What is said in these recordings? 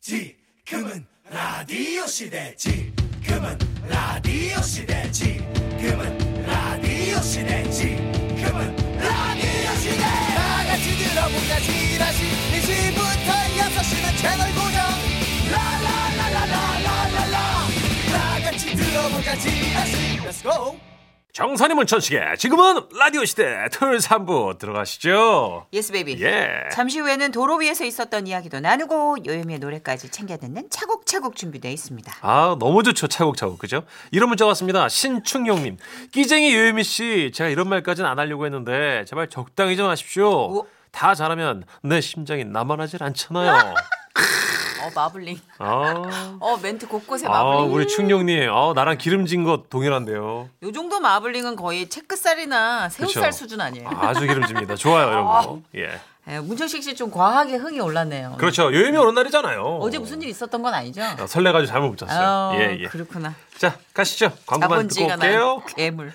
지금은 라디오 시대 지금은 라디오 시대 지금은 라디오 시대 지금은 라디오 시대 다 같이 들어보자 지라시 1시부터 6시는 채널 고정 라라라라라라라라 다 같이 들어보자 지라시 Let's go 정선이문 천식의 지금은 라디오 시대 토요일 3부 들어가시죠. 예스 베이비. 예. 잠시 후에는 도로 위에서 있었던 이야기도 나누고 요요미의 노래까지 챙겨 듣는 차곡차곡 준비되어 있습니다. 아 너무 좋죠 차곡차곡 그죠? 이런 문자 왔습니다 신충용님 끼쟁이 요요미 씨 제가 이런 말까지는 안 하려고 했는데 제발 적당히 좀 하십시오. 오. 다 잘하면 내 심장이 나만하질 않잖아요. 어 마블링. 아, 어 멘트 곳곳에 아 마블링. 우리 충용님 아, 나랑 기름진 것 동일한데요. 요 정도 마블링은 거의 채끝살이나 새우살 그쵸. 수준 아니에요. 아주 기름집니다. 좋아요 이런 거. 예. 예, 문천식 씨 좀 과하게 흥이 올랐네요. 그렇죠 요요미 오는 날이잖아요. 어제 무슨 일 있었던 건 아니죠? 아, 설레가지고 잘못 못 아, 잤어요. 예 예. 그렇구나. 자 가시죠 광고만 듣고 자본지가 올게요. 난 괴물.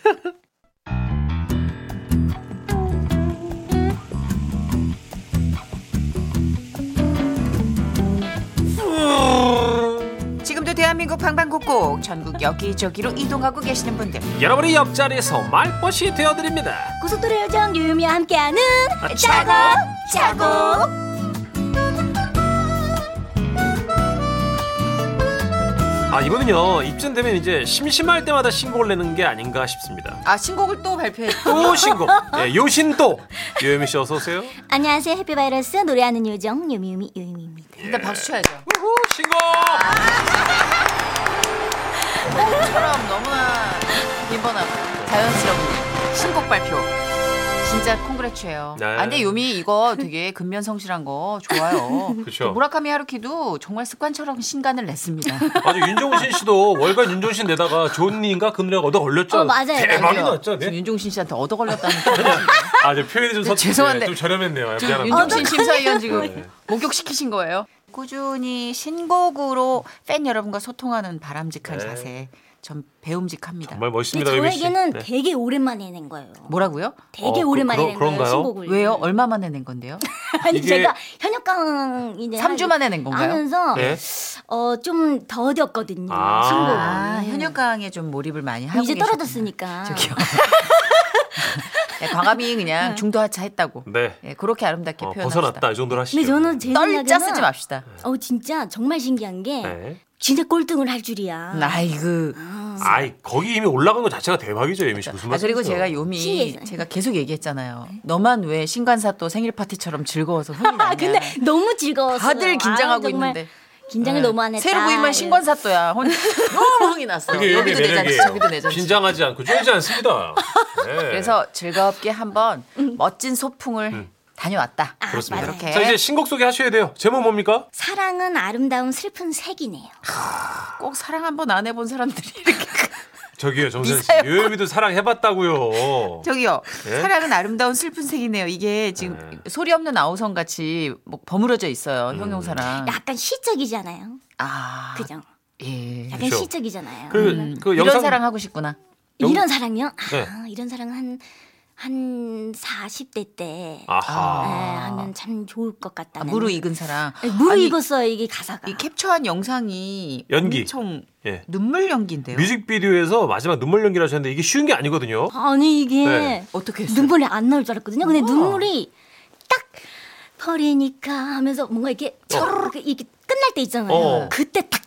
어, 지금도 대한민국 방방곡곡 전국 여기저기로 이동하고 계시는 분들 여러분이 옆자리에서 말벗이 되어드립니다. 고속도로 요정 유유미와 함께하는 아, 차고, 차고 아 이거는요 입증되면 이제 심심할 때마다 신곡을 내는 게 아닌가 싶습니다. 아 신곡을 또 발표해. 또 신곡 예, 요신도 요요미 씨 어서 오세요. 안녕하세요 해피바이러스 노래하는 요정 유미유미 유유미입니다 예. 일단 박수 쳐야죠. 우후 신곡. 처럼 너무나 빈번하고 자연스러운 신곡 발표. 진짜 콩그레츠예요. 네. 아, 근데 요미 이거 되게 근면 성실한 거 좋아요. 그쵸. 무라카미 하루키도 정말 습관처럼 신간을 냈습니다. 아주 윤종신 씨도 월간 윤종신 내다가 존니인가 그 노래가 얻어 걸렸죠. 어, 맞아요, 대박이 맞아요. 났죠. 지금 네. 윤종신 씨한테 얻어 걸렸다는 아, 제 표현이 좀 네, 서 죄송한데. 좀 저렴했네요. 네. 지금 미안합니다. 윤종신 심사위원 지금 목격시키신 거예요. 꾸준히 신곡으로 팬 여러분과 소통하는 바람직한 네. 자세 좀 배움직합니다. 정말 근데 멋있습니다 요미 씨. 저에게는 네. 되게 오랜만에 낸 거예요 뭐라고요? 되게 어, 그- 오랜만에 그러- 낸 거예요 그런가요? 신곡을 왜요? 얼마 만에 낸 건데요? 아니 이게- 제가 현역강 이제 3주 한- 만에 낸 건가요? 하면서 네. 어 좀 더뎠거든요 아. 신곡 아, 현역강에 좀 몰입을 많이 하고 네. 이제 계셨구나. 떨어졌으니까 저기요. 네, 광함이 그냥 중도하차 했다고. 네. 예, 그렇게 아름답게 어, 표현합시다. 네, 벗어났다 이 정도로 하시죠. 네. 근데 저는 제 떨자 쓰지 생각에는 맙시다. 어 진짜 정말 신기한 게 네. 진짜 꼴등을 할 줄이야 아이고. 아이 거기 이미 올라간 것 자체가 대박이죠 요미 씨 무슨 아 말씀이세요? 그리고 제가 요미 신기해서. 제가 계속 얘기했잖아요. 너만 왜 신관사 또 생일 파티처럼 즐거워서 흥이 네. 아, 나냐. 근데 너무 즐거웠어. 네. 다들 긴장하고 아, 정말 있는데. 네. 긴장을 너무 안 했다. 네. 아, 새로 구입한 신관사 또야. 혼- 너무 흥이 났어. 그게 요미의 여기도 내잖아. 매력이에요. 저기도 내잖아. 긴장하지 않고 쫄지 않습니다. 네. 그래서 즐겁게 한번 음. 멋진 소풍을 음. 다녀왔다. 그렇습니다. 맞아요. 이렇게. 자 이제 신곡 소개 하셔야 돼요. 제목 뭡니까? 사랑은 아름다운 슬픈 색이네요. 아. 꼭 사랑 한번 안 해본 사람들이 이렇게 저기요 정선 씨, 미사일 요요미도 사랑해봤다고요. 저기요. 예? 사랑은 아름다운 슬픈 색이네요. 이게 지금 소리 없는 아우성 같이 뭐 버무려져 있어요. 음. 형용사랑. 약간 시적이잖아요. 아. 그죠? 예. 약간 그죠. 시적이잖아요. 그, 그 음, 이런 영상 사랑 하고 싶구나. 영- 이런 사랑요? 네. 아, 이런 사랑은 한, 한 40대 때 네, 아하. 하면 참 좋을 것 같다. 아, 무르익은 사랑. 아니, 무르익었어요, 이게 가사가. 이 캡처한 영상이 연기. 엄청 예. 눈물 연기인데요. 뮤직비디오에서 마지막 눈물 연기를 하셨는데 이게 쉬운 게 아니거든요. 아니, 이게 네. 어떻게 했어요? 어. 눈물이 안 나올 줄 알았거든요. 근데 눈물이 딱 버리니까 하면서 뭔가 어. 이렇게 차르르 이렇게 끝날 때 있잖아요. 어. 그때 딱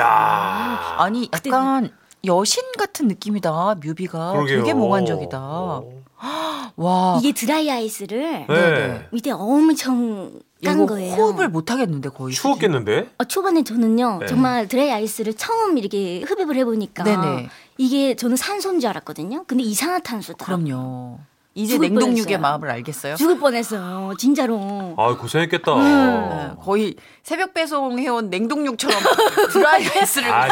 아. 이야. 아니 그때 약간 여신 같은 느낌이다. 뮤비가 그러게요. 아, 되게 몽환적이다. 어. 와. 어. 이게 드라이 아이스를 네. 밑에 엄청 깐 이거 거예요. 호흡을 못 하겠는데 거의. 추웠겠는데? 어, 초반에 저는요 네. 정말 드라이 아이스를 처음 이렇게 흡입을 해보니까 네네. 이게 저는 산소인 줄 알았거든요. 근데 이산화탄소다. 그럼요. 이제 죽을 냉동육의 뻔했어요. 마음을 알겠어요. 죽을 뻔했어요. 진짜로. 아 고생했겠다. 어. 네, 거의 새벽 배송해온 냉동육처럼 드라이아이스를 아,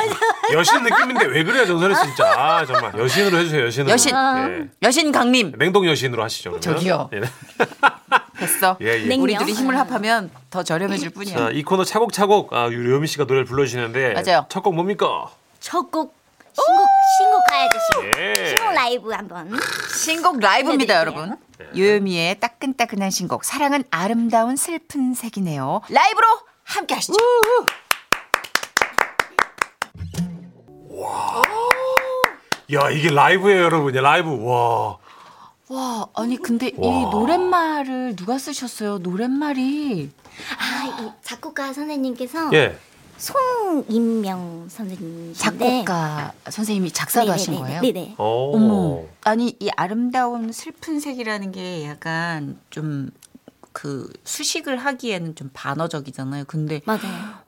여신 느낌인데 왜 그래요 정선 씨 진짜. 아 정말 여신으로 해주세요 여신으로. 여신. 예. 여신 강림 냉동 여신으로 하시죠. 그러면. 저기요. 예. 했어. 예, 예. 냉- 우리 둘이 힘을 합하면 더 저렴해질 자, 뿐이야. 이 코너 차곡차곡 아, 우리 요미 씨가 노래를 불러주시는데 맞아요. 첫 곡 뭡니까? 첫 곡 신곡 신곡 가야죠. 신곡, 예. 신곡 라이브 한번. 신곡 라이브입니다, 해드릴게요. 여러분. 네. 요요미의 따끈따끈한 신곡 사랑은 아름다운 슬픈 색이네요. 라이브로 함께 하시죠. 야 이게 라이브예요 여러분. 야, 라이브 와. 와, 아니 근데 이 와. 노랫말을 누가 쓰셨어요? 노랫말이 아, 이 작곡가 선생님께서 예. 송인명 선생님인데 네, 작곡가 선생님이 작사도 하신 거예요? 네네. 오. 어머. 아니 이 아름다운 슬픈 색이라는 게 약간 좀 그 수식을 하기에는 좀 반어적이잖아요. 근데 맞아요.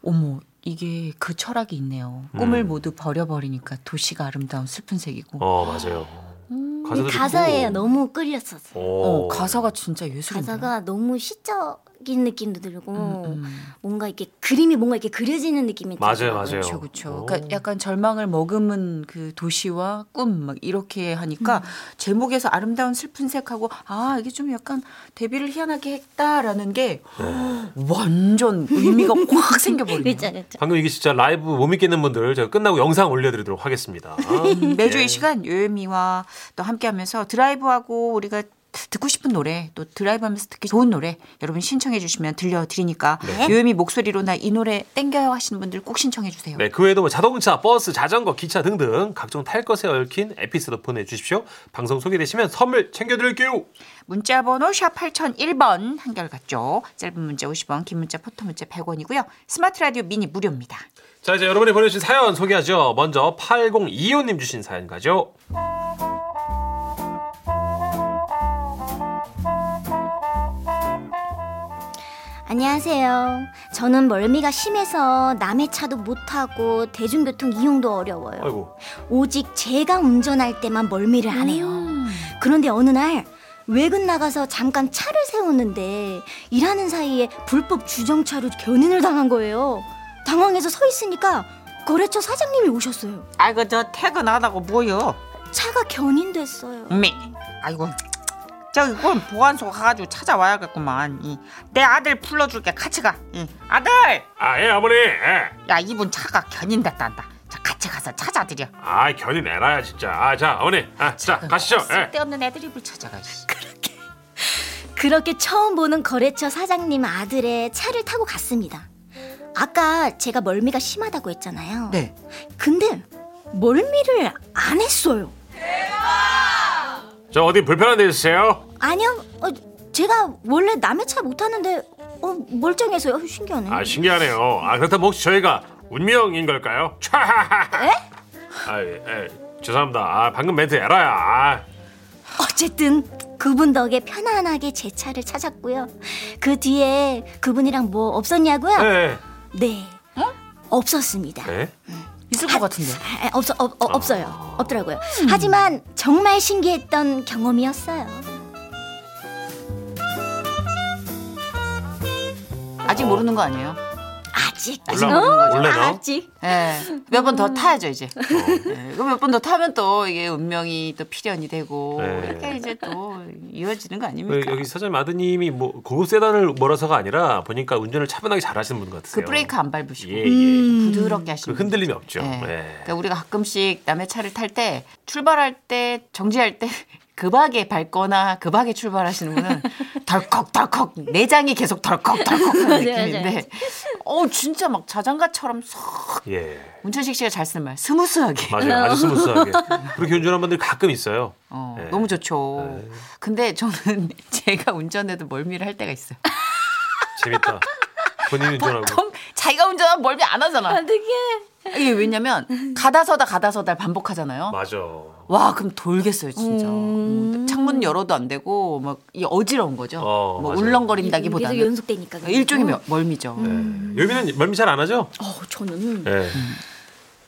어머 이게 그 철학이 있네요. 꿈을 음. 모두 버려버리니까 도시가 아름다운 슬픈 색이고. 어 맞아요. 음, 근데 가사에 너무 끌렸었어요. 어, 오. 가사가 진짜 예술인데요. 가사가 너무 시적인 느낌도 들고 음, 음. 뭔가 이렇게 그림이 뭔가 이렇게 그려지는 느낌이 맞아요, 들더라고요. 맞아요. 어. 그렇죠, 그렇죠. 오. 그러니까 약간 절망을 머금은 그 도시와 꿈 막 이렇게 하니까 음. 제목에서 아름다운 슬픈 색하고 아 이게 좀 약간 데뷔를 희한하게 했다라는 게 네. 완전 의미가 확 생겨버리네요. 그렇죠, 그렇죠. 방금 이게 진짜 라이브 못 믿겠는 분들 제가 끝나고 영상 올려드리도록 하겠습니다. 음, 매주 예. 이 시간 요요미와 또 함께하면서 드라이브하고 우리가 듣고 싶은 노래 또 드라이브하면서 듣기 좋은 노래 여러분 신청해 주시면 들려드리니까 네. 요요미 목소리로 나 이 노래 땡겨요 하시는 분들 꼭 신청해 주세요. 네, 그 외에도 뭐 자동차, 버스, 자전거, 기차 등등 각종 탈 것에 얽힌 에피소드 보내주십시오. 방송 소개되시면 선물 챙겨드릴게요. 문자 번호 샵 8001번 한결같죠. 짧은 문자 50원 긴 문자 포토 문자 100원이고요. 스마트 라디오 미니 무료입니다. 자, 이제 여러분이 보내주신 사연 소개하죠. 먼저 8025님 주신 사연 가죠. 안녕하세요. 저는 멀미가 심해서 남의 차도 못 타고 대중교통 이용도 어려워요. 아이고, 오직 제가 운전할 때만 멀미를 안 해요. 그런데 어느 날 외근 나가서 잠깐 차를 세우는데 일하는 사이에 불법 주정차로 견인을 당한 거예요. 당황해서 서 있으니까 거래처 사장님이 오셨어요. 아이고 저 퇴근하다고 뭐요? 차가 견인됐어요. 미. 아이고 저기 그럼 보안소 가가지고 찾아와야겠구만. 이, 내 아들 불러줄게 같이 가. 이, 아들. 아, 예, 아버님. 예. 야 이분 차가 견인됐단다. 자 같이 가서 찾아드려. 아, 견이 내놔야 진짜. 아, 자, 어머니. 아, 자, 가시죠. 예. 쓸데없는 애드립을 찾아가. 씨. 그렇게 처음 보는 거래처 사장님 아들의 차를 타고 갔습니다. 아까 제가 멀미가 심하다고 했잖아요. 네. 근데 멀미를 안 했어요. 저 어디 불편한 데 있으세요? 아니요. 어, 제가 원래 남의 차 못 타는데 어, 멀쩡해서요. 신기하네. 아, 신기하네요. 아, 그렇다면 혹시 저희가 운명인 걸까요? 촤하하하. 에? 아, 예, 예. 죄송합니다. 아, 방금 멘트 에라야. 아. 어쨌든 그분 덕에 편안하게 제 차를 찾았고요. 그 뒤에 그분이랑 뭐 없었냐고요? 예, 네. 없었습니다. 예. 예? 있을 것 같은데. 아, 없어 없, 어, 아. 없어요. 없더라고요. 하지만 정말 신기했던 경험이었어요. 아직 모르는 거 아니에요? 아직 몰라. 어? 몰래 나? 아직 예. 몇 번 더 타야죠 이제. 어. 예, 그럼 몇 번 더 타면 또 이게 운명이 또 필연이 되고 네. 이렇게 이제 또 이어지는 거 왜 아닙니까? 예, 그 여기 사장님 아드님이 뭐 고급 세단을 몰아서가 아니라 보니까 운전을 차분하게 잘하시는 분 같으세요. 그 브레이크 안 밟으시고 예, 예. 부드럽게 그 하시는 분. 흔들림이 없죠. 예. 예. 그러니까 우리가 가끔씩 남의 차를 탈 때 출발할 때 정지할 때 급하게 밟거나 급하게 출발하시는 분은 덜컥덜컥 내장이 계속 덜컥덜컥 하는 느낌인데 어 진짜 막 자장가처럼 쏙 예. 문천식 씨가 잘 쓰는 말 스무스하게 맞아요. 아주 스무스하게. 그렇게 운전하는 분들이 가끔 있어요. 어, 예. 너무 좋죠. 근데 저는 제가 운전해도 멀미를 할 때가 있어요. 재밌다. 본인이 운전하고. 보통 자기가 운전하면 멀미 안 하잖아. 어떻게? 이게 왜냐면 가다서다 가다서다 반복하잖아요. 맞아. 예. 와 그럼 돌겠어요 진짜. 음, 창문 열어도 안 되고 막 이 어지러운 거죠. 어, 뭐 맞아요. 계속 울렁거린다기보다는 연속되니까. 그냥. 일종의 며- 멀미죠. 음. 예. 요미는 멀미 잘 안 하죠? 어, 저는 예.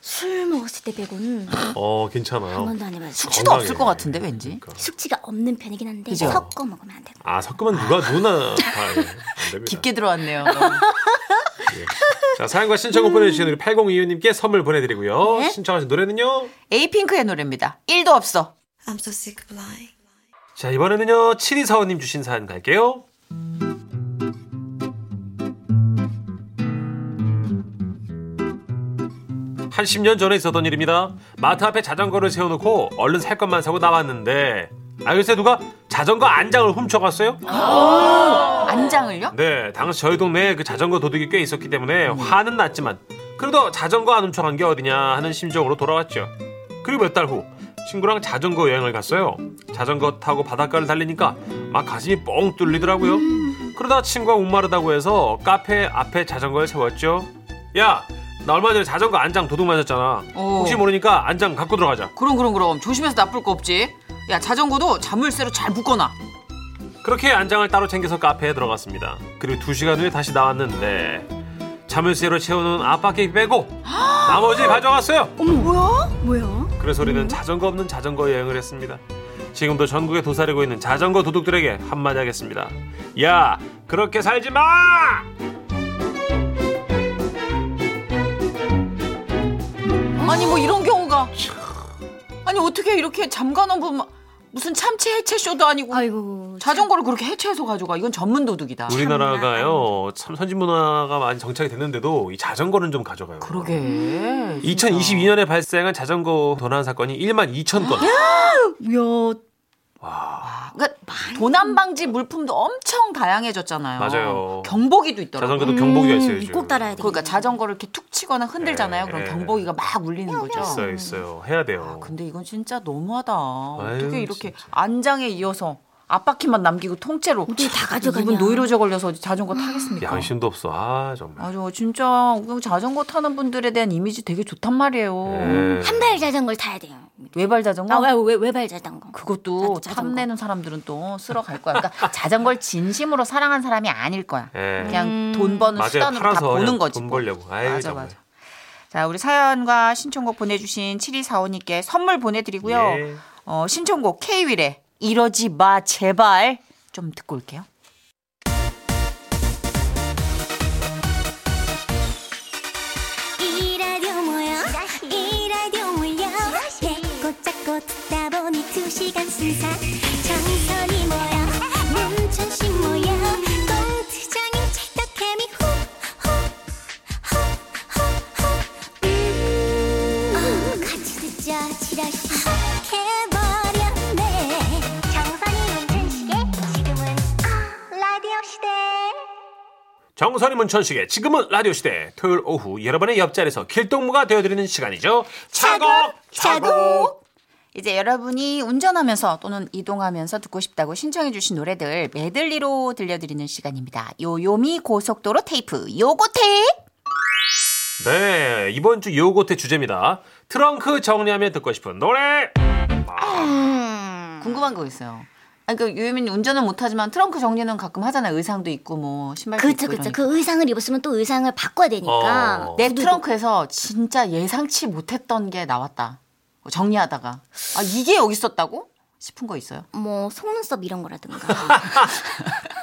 술 먹었을 때 빼고는 어, 한 괜찮아요. 번도 안 해봤어요. 건강해. 숙취도 그러니까. 없을 것 같은데 왠지. 숙취가 없는 편이긴 한데 그죠? 섞어 먹으면 안 되고. 아, 섞으면 누가 누나 다 됩니다. 깊게 들어왔네요. 자, 사연과 음. 신청곡 보내주신 우리 8025님께 선물 보내드리고요. 네. 신청하신 노래는요? 에이핑크의 노래입니다. 1도 없어. I'm so sick of lying. 자, 이번에는요, 7245님 주신 사연 갈게요. 한 10년 전에 있었던 일입니다. 마트 앞에 자전거를 세워놓고 얼른 살 것만 사고 나왔는데, 아, 글쎄 누가 자전거 안장을 훔쳐갔어요? 안장을요? 네, 당시 저희 동네에 그 자전거 도둑이 꽤 있었기 때문에 화는 났지만 그래도 자전거 안 훔쳐간 게 어디냐 하는 심정으로 돌아왔죠. 그리고 몇 달 후 친구랑 자전거 여행을 갔어요. 자전거 타고 바닷가를 달리니까 막 가슴이 뻥 뚫리더라고요. 그러다 친구가 목마르다고 해서 카페 앞에 자전거를 세웠죠. 야, 나 얼마 전에 자전거 안장 도둑 맞았잖아. 어. 혹시 모르니까 안장 갖고 들어가자. 그럼 그럼 그럼 조심해서 나쁠 거 없지. 야 자전거도 자물쇠로 잘 묶어놔. 그렇게 안장을 따로 챙겨서 카페에 들어갔습니다. 그리고 두 시간 후에 다시 나왔는데 자물쇠로 채우는 앞바퀴 빼고 나머지 가져갔어요. 어머 뭐야? 뭐야? 그래서 우리는 자전거 없는 자전거 여행을 했습니다. 지금도 전국에 도사리고 있는 자전거 도둑들에게 한마디 하겠습니다. 야, 그렇게 살지 마! 아니 뭐 이런 경우가. 아니 어떻게 이렇게 잠가놓은 분 무슨 참치 해체 쇼도 아니고 아이고 자전거를 그렇게 해체해서 가져가. 이건 전문 도둑이다. 우리나라가요, 참 선진 문화가 많이 정착이 됐는데도 이 자전거는 좀 가져가요. 그러게. 음. 2022년에 발생한 자전거 도난 사건이 1만 2천 건. 야 그러니까 도난 방지 물품도 엄청 다양해졌잖아요. 맞아요. 경보기도 있더라고요. 자전거도 경보기가 있어요. 음, 요즘. 꼭 따라야 돼. 그러니까 자전거를 이렇게 툭 치거나 흔들잖아요. 예, 그럼 예. 경보기가 막 울리는 거죠. 있어요, 있어요. 해야 돼요. 아, 근데 이건 진짜 너무하다. 어떻게 아유, 이렇게 안장에 이어서 앞바퀴만 남기고 통째로 어떻게 다 가져가냐. 이분 노이로제 걸려서 자전거 타겠습니까? 양심도 없어. 아 정말. 맞아, 진짜 그 자전거 타는 분들에 대한 이미지 되게 좋단 말이에요. 예. 한 발 자전거를 타야 돼요. 외발 자전거. 아왜왜발 자전거? 그것도 자- 자전거. 탐내는 사람들은 또 쓸어 갈 거야. 그러니까 자전거를 진심으로 사랑한 사람이 아닐 거야. 예. 그냥 돈 버는 맞아요. 수단으로 다 팔아서 보는 그냥 거지. 돈 뭐. 벌려고. 아이, 맞아 정말. 맞아. 자 우리 사연과 신청곡 보내주신 7245님께 선물 보내드리고요. 예. 어, 신청곡 K윌의 이러지 마 제발 좀 듣고 올게요. 이 라디오 뭐야 이 라디오 몰려 배고 잡고 듣다 보니 두 시간 순삭 정선이 뭐야 문천식 뭐야 공투장인 찰떡케미 후후후후 음. 아, 같이 듣자 지라시 해버렸네 정선이 문천식의 지금은 아, 라디오 시대 정선이 문천식의 지금은 라디오 시대 토요일 오후 여러분의 옆자리에서 길동무가 되어드리는 시간이죠. 차곡 차곡. 이제 여러분이 운전하면서 또는 이동하면서 듣고 싶다고 신청해주신 노래들 메들리로 들려드리는 시간입니다. 요요미 고속도로 테이프 요고테. 네 이번 주 요고테 주제입니다. 트렁크 정리하며 듣고 싶은 노래. 궁금한 거 있어요. 아니, 그 요요미는 운전은 못하지만 트렁크 정리는 가끔 하잖아요. 의상도 있고 뭐 신발도 그쵸 있고 그쵸 이러니까. 그 의상을 입었으면 또 의상을 바꿔야 되니까 어. 내 트렁크에서 진짜 예상치 못했던 게 나왔다. 정리하다가 아 이게 여기 있었다고 싶은 거 있어요? 뭐 속눈썹 이런 거라든가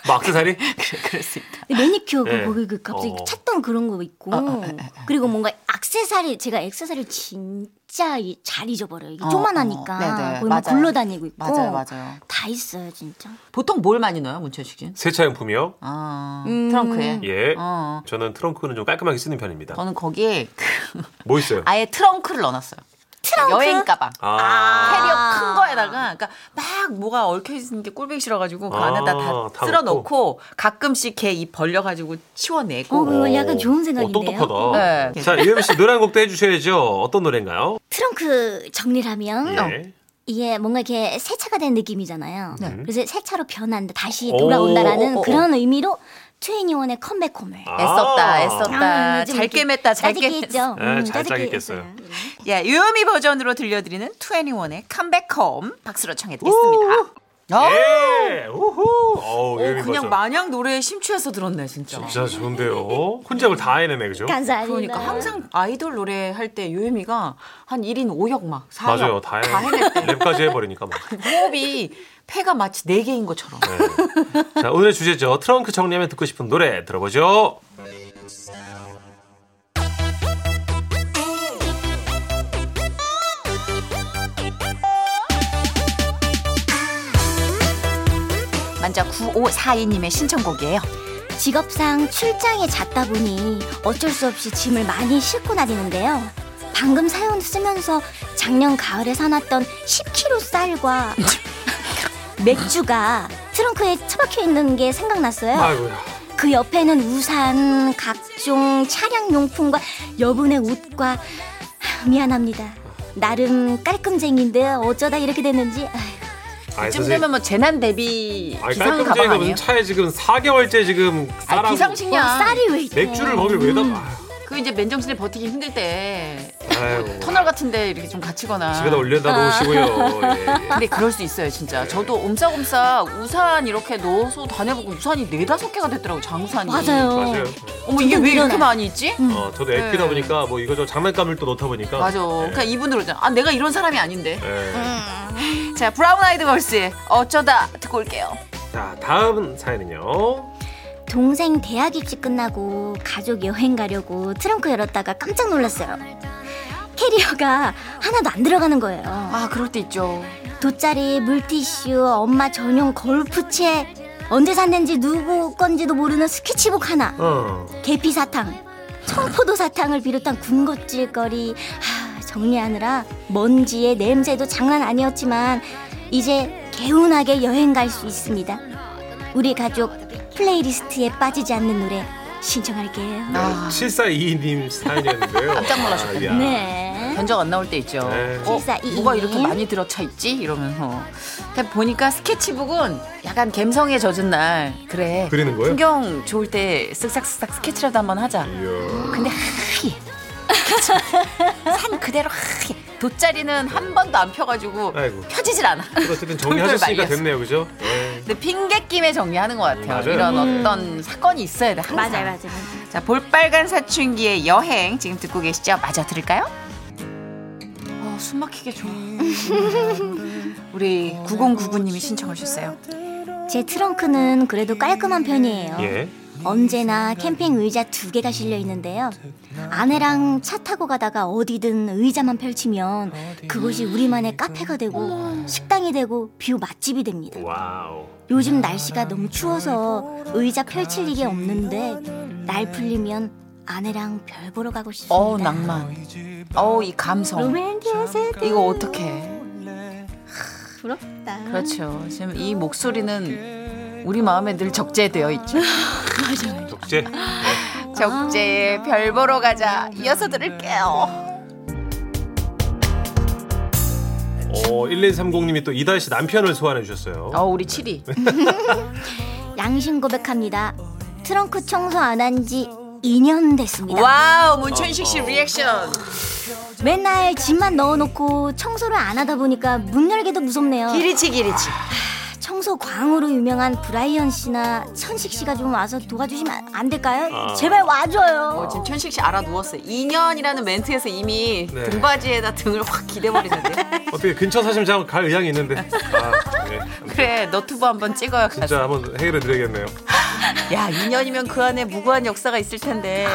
뭐 악세사리? 그래, 그럴 수 있다. 매니큐어 예. 그 거기 그 갑자기 어. 찾던 그런 거 있고 어, 그리고 뭔가 액세서리 제가 액세서리 진짜 이- 잘 잊어버려요 이게 어, 조만하니까 어. 네네, 거의 막 맞아요. 굴러다니고 있고 맞아요, 맞아요. 다 있어요 진짜 보통 뭘 많이 넣어요, 문철식은? 세차용품이요. 아, 음. 트렁크에. 예. 어. 저는 트렁크는 좀 깔끔하게 쓰는 편입니다. 저는 거기에 그 뭐 있어요? 아예 트렁크를 넣어놨어요. 트렁크? 여행 가방. 아. 캐리어 큰 거에다가 그러니까 막 뭐가 얽혀 있는 게 꼴보기 싫어가지고 그 아, 안에다 다 다 쓸어 넣고 가끔씩 걔 입 벌려가지고 치워내고 어, 그거 약간 좋은 어, 생각인데요 똑똑하다. 네. 자, 이현 씨 노래 한 곡도 해주셔야죠. 어떤 노래인가요? 트렁크 정리라면 예. 이게 뭔가 이렇게 세차가 된 느낌이잖아요 네. 그래서 세차로 변한다 다시 오, 돌아온다라는 오, 오, 오. 그런 의미로 트웬티원의 컴백홈을 아. 애썼다, 애썼다. 아, 요즘 잘 이렇게 꿰맸다, 잘 짜깁겠죠. 예, 음, 잘 짜깁겠어요. 짜깁겠어요. 예, 유요미 버전으로 들려드리는 21의 컴백홈 박수로 청해드리겠습니다. 어? 예. 우후. 어우, 오, 유미 그냥 버전. 마냥 노래에 심취해서 들었네 진짜. 진짜 좋은데요. 혼잡을 다 해내네, 그죠? 감사합니다. 그러니까 항상 아이돌 노래 할 때 유혜미가 한 1인 5역 막 4역 맞아요. 다 다 해내. 해냈대. 랩까지 해버리니까 막. 호흡이 폐가 마치 4개인 것처럼. 네. 자, 오늘의 주제죠. 트렁크 정리하면 듣고 싶은 노래 들어보죠. 먼저 9542님의 신청곡이에요. 직업상 출장에 잤다 보니 어쩔 수 없이 짐을 많이 싣고 다니는데요. 방금 사연 쓰면서 작년 가을에 사놨던 10kg 쌀과 맥주가 트렁크에 처박혀 있는 게 생각났어요. 아이고야. 그 옆에는 우산, 각종 차량 용품과 여분의 옷과 하, 아, 미안합니다. 나름 깔끔쟁인데 어쩌다 이렇게 됐는지 아휴, 아이 이쯤 선생님 되면 뭐 재난 대비 아이 기상 가방 깔끔쟁이가 아니에요? 무슨 차에 지금 4개월째 지금 아 싸라고 어, 기상식량. 쌀이 왜 이래? 맥주를 거길 왜 담아 그 이제 맨정신에 버티기 힘들 때 아유 터널 같은데 이렇게 좀 갇히거나. 집에다 올려다 놓으시고요 아. 예, 예. 근데 그럴 수 있어요, 진짜. 저도 옴싸꼼싸 우산 이렇게 넣어서 다녀보고 우산이 네다섯 개가 됐더라고, 장우산이. 맞아요. 맞아요 어머, 이게 왜 이렇게 일어나. 많이 있지? 어, 저도 애끼다 네. 보니까 뭐 이거저 장난감을 또 넣다 보니까 맞아. 예. 그러니까 음. 이분들 오잖아. 아, 내가 이런 사람이 아닌데. 예. 자, 브라운 아이드 걸스의 어쩌다 듣고 올게요. 자 다음 사연은요 어. 동생 대학 입시 끝나고 가족 여행 가려고 트렁크 열었다가 깜짝 놀랐어요. 캐리어가 하나도 안 들어가는 거예요. 아, 그럴 때 있죠. 돗자리, 물티슈, 엄마 전용 골프채, 언제 샀는지 누구 건지도 모르는 스케치북 하나, 어. 계피 사탕, 청포도 사탕을 비롯한 군것질거리 하, 정리하느라 먼지에 냄새도 장난 아니었지만 이제 개운하게 여행 갈 수 있습니다. 우리 가족 플레이리스트에 빠지지 않는 노래 신청할게요. 아. 7422님 사연이었는데요 아, 깜짝 놀라셨군요 네. 견적 안 나올 때 있죠. 네. 어, 실사이이님. 뭐가 이렇게 많이 들어차 있지? 이러면서. 근데 보니까 스케치북은 약간 갬성에 젖은 날. 그래. 그리는 거예요? 풍경 좋을 때 쓱싹쓱싹 스케치라도 한번 하자. 이야. 근데 하얘. 산 그대로 하얘. 돗자리는 한 번도 안 펴가지고 네. 아이고. 펴지질 않아. 그래도 어쨌든 정리하셨으니까 말렸어. 됐네요 그죠? 예. 근데 핑계김에 정리하는 것 같아요. 맞아요. 이런 어떤 사건이 있어야 돼. 항상. 음. 맞아요, 맞아요. 자, 볼빨간 사춘기의 여행 지금 듣고 계시죠? 맞아 들을까요? 아, 숨 막히게 좋아. 우리 9099님이 신청하셨어요. 제 트렁크는 그래도 깔끔한 편이에요. 어. 예. 언제나 캠핑 의자 두 개가 실려 있는데요. 아내랑 차 타고 가다가 어디든 의자만 펼치면 그곳이 우리만의 카페가 되고 식당이 되고 뷰 맛집이 됩니다. 와우 요즘 날씨가 너무 추워서 의자 펼칠 일이 없는데 날 풀리면 아내랑 별 보러 가고 싶습니다. 어우, 낭만. 어우, 이 감성. 로맨티아스 이거 어떡해. 부럽다. 그렇죠. 지금 이 목소리는 우리 마음에 늘 적재되어 있죠. 독재 적재의 별 보러 가자. 이어서 들을게요. 어, 1130님이 또 이다혜 씨 남편을 소환해 주셨어요. 어, 우리 7위. 양심 고백합니다. 트렁크 청소 안 한 지 2년 됐습니다. 와우, 문천식 씨 리액션. 맨날 짐만 넣어놓고 청소를 안 하다 보니까 문 열기도 무섭네요. 기리치, 기리치. 청소 광으로 유명한 브라이언 씨나 천식 씨가 좀 와서 도와주시면 안 될까요? 아. 제발 와줘요. 어, 지금 천식 씨 알아 누웠어요. 2년이라는 멘트에서 이미 네. 등받이에다 등을 확 기대버리는데. 어떻게 근처 사시면 제가 갈 의향이 있는데. 아, 예. 그래, 너튜브 한번 찍어요. 가서. 진짜 한번 해결해 드려야겠네요. 야, 2년이면 그 안에 무고한 역사가 있을 텐데.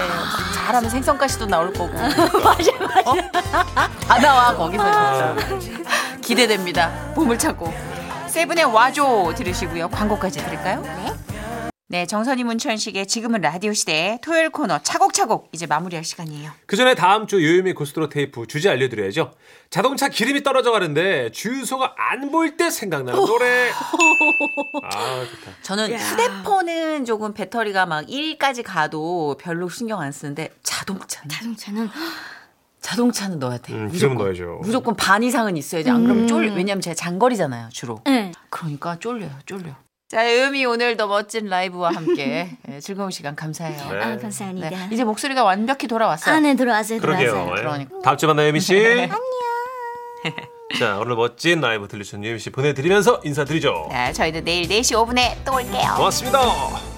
잘하면 생선가시도 나올 거고. 맞아, 맞아. 아. 다 나와, 거기서 진짜. 기대됩니다. 보물 찾고. 세븐의 와줘 들으시고요. 광고까지 들을까요? 네. 네, 정선이 문천식의 지금은 라디오 시대 토요일 코너 차곡차곡 이제 마무리할 시간이에요. 그 전에 다음 주 요요미 고스트로 테이프 주제 알려드려야죠. 자동차 기름이 떨어져 가는데 주유소가 안 보일 때 생각나는 노래. 아 좋다. 저는 휴대폰은 조금 배터리가 막 1까지 가도 별로 신경 안 쓰는데 자동차는 자동차는 자동차는 넣어야 돼. 음, 기름 무조건. 넣어야죠. 무조건 반 이상은 있어야지. 안 그러면 쫄 음. 왜냐면 제가 장거리잖아요, 주로. 네. 그러니까 쫄려요, 쫄려. 자, 음이 오늘도 멋진 라이브와 함께 예, 즐거운 시간 감사해요. 네. 아 네, 감사합니다. 네. 이제 목소리가 완벽히 돌아왔어요. 안에 들어왔어요. 그러게요. 들어왔어요. 예. 그러니까. 다음 주에 만나요, 요미 씨. 안녕. 자 오늘 멋진 네. 라이브 들려주신 요미 씨 보내드리면서 인사드리죠. 자, 저희도 내일 4시 5분에 또 올게요. 고맙습니다.